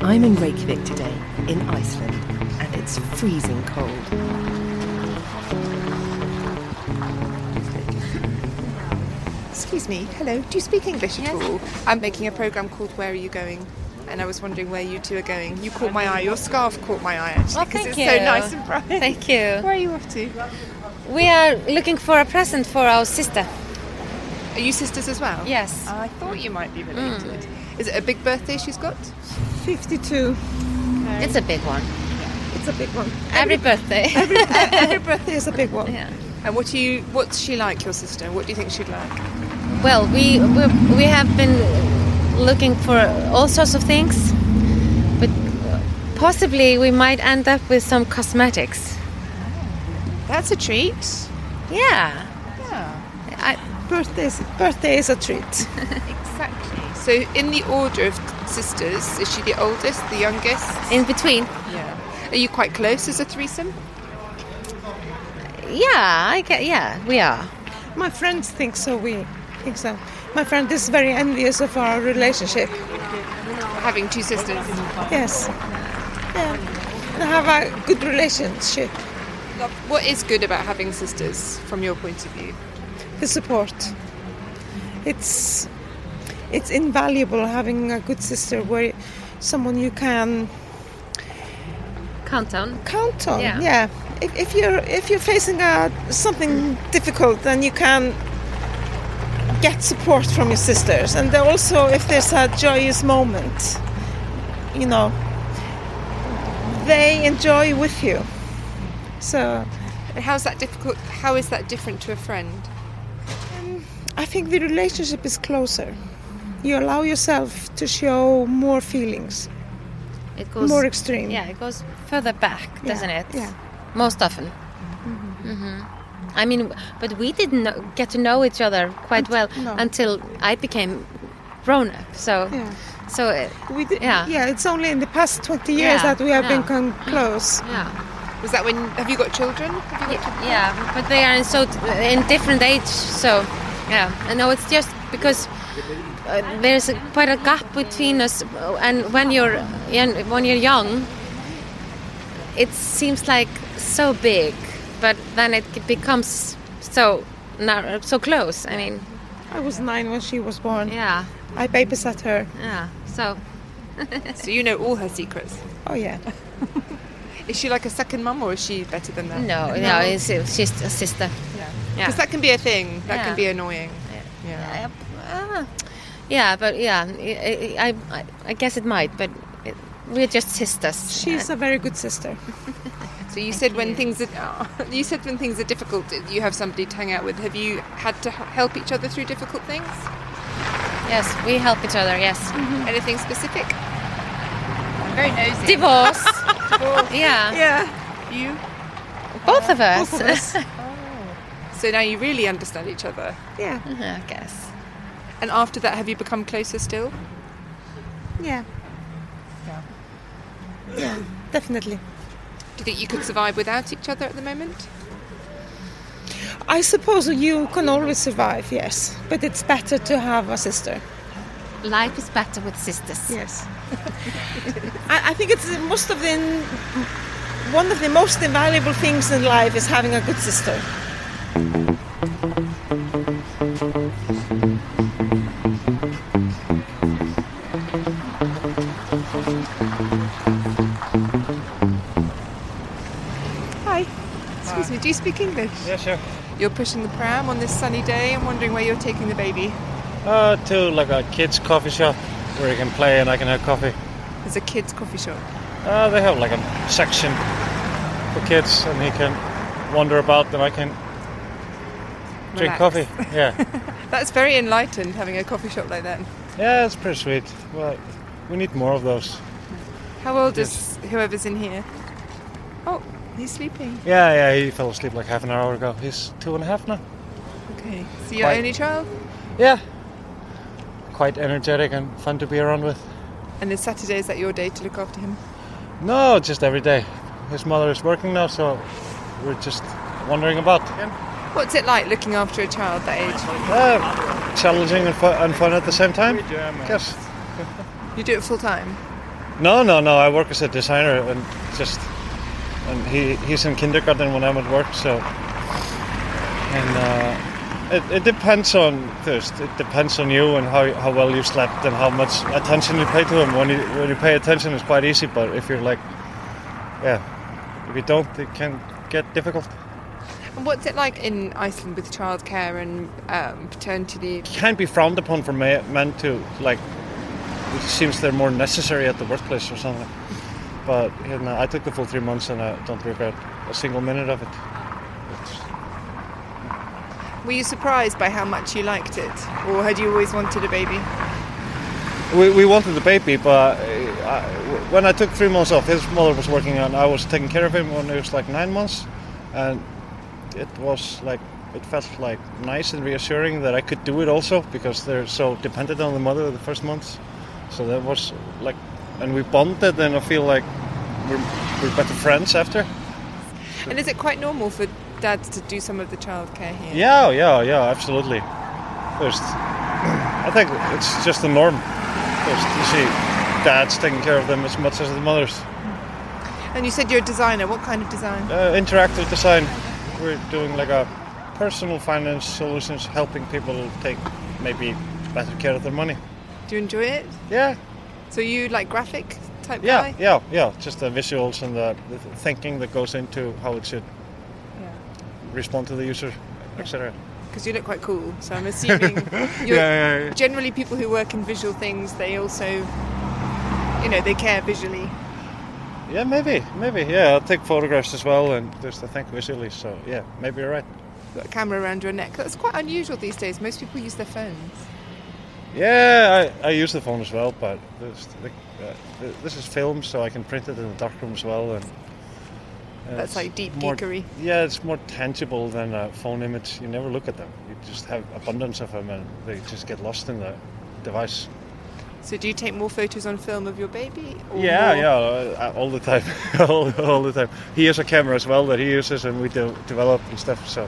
I'm in Reykjavik today, in Iceland, and it's freezing cold. Excuse me, hello, do you speak English at all? I'm making a programme called Where Are You Going? And I was wondering where you two are going. You caught my eye, your scarf caught my eye actually, Oh, because thank it's you. so nice and bright. Thank you. Where are you off to? We are looking for a present for our sister. Um, Are you sisters as well? Yes. I thought you might be related. Is it a big birthday she's got? 52. It's a big one. It's a big one. Every birthday. Every birthday is a big one. yeah. And what do you what's she like, your sister? What do you think she'd like? Well, we, we we have been looking for all sorts of things, but possibly we might end up with some cosmetics. That's a treat. Yeah. Yeah. I, Birthdays, birthday is a treat. Exactly. So in the order of sisters, is she the oldest, the youngest? in between. Yeah. Are you quite close as a threesome? Yeah. I get. Yeah. We are. My friends think so. We think so. My friend is very envious of our relationship. Having two sisters. Yes. Yeah. And have a good relationship. What is good about having sisters from your point of view? The support. It's it's invaluable having a good sister where someone you can Countdown. count on. Yeah. Yeah. If, if you're if you're facing a, something difficult, then you can get support from your sisters, and then also if there's a joyous moment, you know, they enjoy with you. So And how's that difficult? How is that different to a friend? I think the relationship is closer. You allow yourself to show more feelings, It goes. more extreme. Yeah. It goes further back, Yeah, doesn't it? yeah. Mm-hmm. Most often. hmm I mean, but we didn't know, get to know each other quite well no. until I became grown up. So. Yeah. So. uh, It, We did, Yeah. yeah. It's only in the past 20 years Yeah, that we have yeah. become close. yeah. Was that when? Have you got children? Have you got Y- Yeah, but they are in so in different age. So yeah, and now it's just because uh, there's a, quite a gap between us. uh, And when you're and when you're young, it seems like so big, but then it g- becomes so narrow, so close. I mean, I was nine when she was born. yeah, I babysat her. yeah. So children? So you know all her secrets. Oh yeah. Is she like a second mum, or is she better than that? no, no, it's, it's just a sister. Yeah. Yeah. Because that can be a thing. That Yeah. can be annoying. Yeah. Uh, ah, yeah, but yeah, I, I, I- I guess it might, but it, we're just sisters. Uh, She's a very good sister. So you said when things are, you said when things are difficult, you have somebody to hang out with. Have you had to h- help each other through difficult things? Yes, we help each other. Yes, Anything specific? I'm very nosy. divorce. yeah. Yeah. You. both of us. So now you really understand each other. Yeah. I guess. And after that, have you become closer still? Yeah. Yeah. Definitely. Do you think you could survive without each other at the moment? I suppose you can always survive, yes. But it's better to have a sister. Life is better with sisters. Yes. I, I think it's the most of the one of the most invaluable things in life is having a good sister. Hi. Excuse me, do you speak English? Yeah, sure. You're pushing the pram on this sunny day. I'm wondering where you're taking the baby. Uh, to like a kids' coffee shop where you can play and I can have coffee. There's a kids' coffee shop. Uh, they have like a section for kids and he can wander about and I can Relax. drink coffee. Yeah. That's very enlightened having a coffee shop like that. yeah, it's pretty sweet. Well, we need more of those. How old is whoever's in here? Oh, he's sleeping. Yeah, yeah, he fell asleep like half an hour ago. He's two and a half now. Okay. So your Quite. only child? Yeah. Quite energetic and fun to be around with. And then Saturday is that your day to look after him? No, just every day. His mother is working now, so we're just wandering about. What's it like looking after a child that age? Oh, Uh, challenging and, fu- and fun at the same time. Yes. You do it full time. No, no, no. I work as a designer and just and he he's in kindergarten when I'm at work. So and uh, it it depends on first. It depends on you and how how well you slept and how much attention you pay to him. When you when you pay attention, it's quite easy. But if you're like, yeah, if you don't, it can get difficult. And what's it like in Iceland with childcare and um, paternity leave? It can be frowned upon for ma- men to like. It seems they're more necessary at the workplace or something. But you know, I took the full three months and I don't regret a single minute of it. It's, Were you surprised by how much you liked it, or had you always wanted a baby? we, we wanted the baby, but uh, I, when I took three months off, his mother was working and I was taking care of him when he was like nine months, and it was like it felt like nice and reassuring that I could do it also because they're so dependent on the mother the first months. So that was like, and we bonded, and I feel like we're, we're better friends after. And is it quite normal for dads to do some of the childcare here? Yeah, yeah, yeah, absolutely. First, I think it's just the norm. First, you see, dads taking care of them as much as the mothers. And you said you're a designer. What kind of design? Uh, interactive design. We're doing like a personal finance solutions, helping people take maybe better care of their money. Do you enjoy it? Yeah, So you like graphic type yeah, guy? yeah, yeah. Just the visuals and the, the thinking that goes into how it should respond to the user, etc. Because you look quite cool, so I'm assuming you're yeah, yeah. generally people who work in visual things. They also, you know, they care visually. Yeah, maybe, maybe. Yeah, I take photographs as well, and just I think visually. So yeah, maybe you're right. Got a camera around your neck. That's quite unusual these days. Most people use their phones. Yeah, I, I use the phone as well, but this, the, uh, th- this is film, so I can print it in the darkroom as well. And uh, That's it's like deep more, geekery. Yeah, it's more tangible than a phone image. You never look at them. You just have abundance of them, and they just get lost in the device. So do you take more photos on film of your baby? Or Yeah, more- yeah, uh, all the time, all, all the time. He has a camera as well that he uses, and we de- develop and stuff. So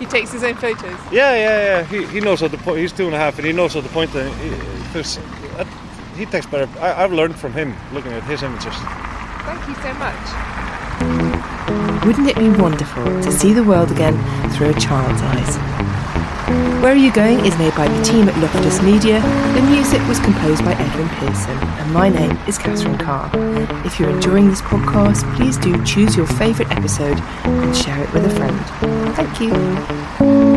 He takes his own photos. Yeah, yeah, yeah. He, he knows what the point. He's two and a half, and he knows what the point. That he, there's, that, he takes better. I, I've learned from him looking at his images. Thank you so much. Wouldn't it be wonderful to see the world again through a child's eyes? Where Are You Going is made by the team at Loftus Media. The music was composed by Edwin Pearson, and my name is Catherine Carr. If you're enjoying this podcast, please do choose your favourite episode and share it with a friend. Thank you.